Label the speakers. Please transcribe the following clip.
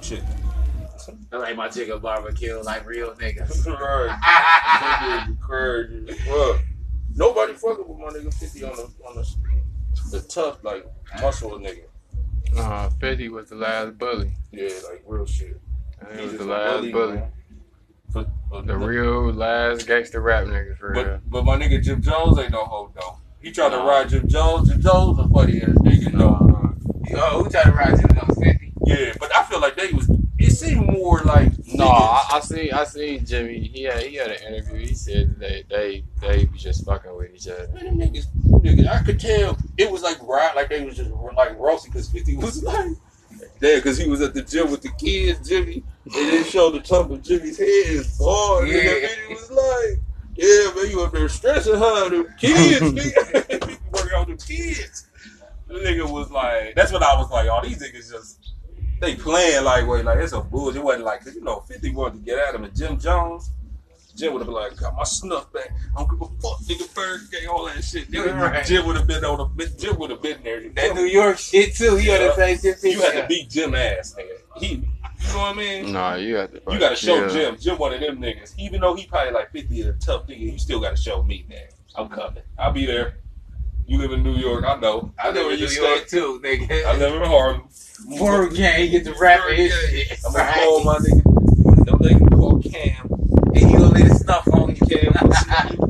Speaker 1: shit.
Speaker 2: I like my chicken barbecue like real niggas.
Speaker 1: Crazy. Crazy as fuck. Nobody fucking with my nigga 50 on the, on the, the tough, like, muscle nigga.
Speaker 3: Nah, 50 Uh, was the last bully.
Speaker 1: Yeah, like, real shit.
Speaker 3: He
Speaker 1: He's
Speaker 3: was
Speaker 1: just
Speaker 3: the
Speaker 1: a
Speaker 3: last bully.
Speaker 1: man. But, but,
Speaker 3: The real last gangster rap nigga for real.
Speaker 1: but, but my nigga Jim Jones ain't no hoe, though. He tried to
Speaker 2: Nah.
Speaker 1: ride Jim Jones. Jim Jones a funny ass nigga, though.
Speaker 3: Nah,
Speaker 2: Yo, who tried to ride you on 50?
Speaker 1: Yeah, but I feel like they was. It seemed more like
Speaker 3: no,
Speaker 1: niggas.
Speaker 3: I, I see. I see Jimmy. He had he had an interview. He said they they they was just fucking with each other.
Speaker 1: Man, them niggas, niggas, I could tell it was like right, like they was just like roasting because Fifty was like, yeah, because he was at the gym with the kids, Jimmy, and they showed the top of Jimmy's head is bald. Yeah.
Speaker 2: Yeah.
Speaker 1: Nigga, Fifty was like, yeah, man, you up there stressing her, the kids, nigga, working on the kids. The nigga was like, that's what I was like, all these niggas just. They playing like wait like it's a bullshit. It wasn't like cause you know Fifty wanted to get at him and Jim Jones, Jim would have been like got my snuff back. I don't give a fuck, nigga. Birthday, all that shit. Nigga,
Speaker 2: Right.
Speaker 1: Jim would have been on the. Jim would have been there.
Speaker 2: That New York shit too. He on the same shit.
Speaker 1: you had to beat Jim ass, nigga. He, you know what I mean?
Speaker 3: Nah, you have to.
Speaker 1: You gotta show
Speaker 3: yeah.
Speaker 1: Jim. Jim one of them niggas. Even though he probably like fifty and a tough nigga, you still gotta show me, man. I'm coming. I'll be there. You live in New York. I know. I
Speaker 2: I
Speaker 1: know
Speaker 2: live
Speaker 1: where
Speaker 2: in
Speaker 1: you
Speaker 2: New
Speaker 1: stay.
Speaker 2: York too, nigga.
Speaker 1: I live in Harlem.
Speaker 2: Four gang, get the rap in his shit.
Speaker 1: I'm gonna call
Speaker 2: Right.
Speaker 1: my nigga. Them nigga called Cam.
Speaker 2: And you gonna let it snuff on you.
Speaker 1: Cam,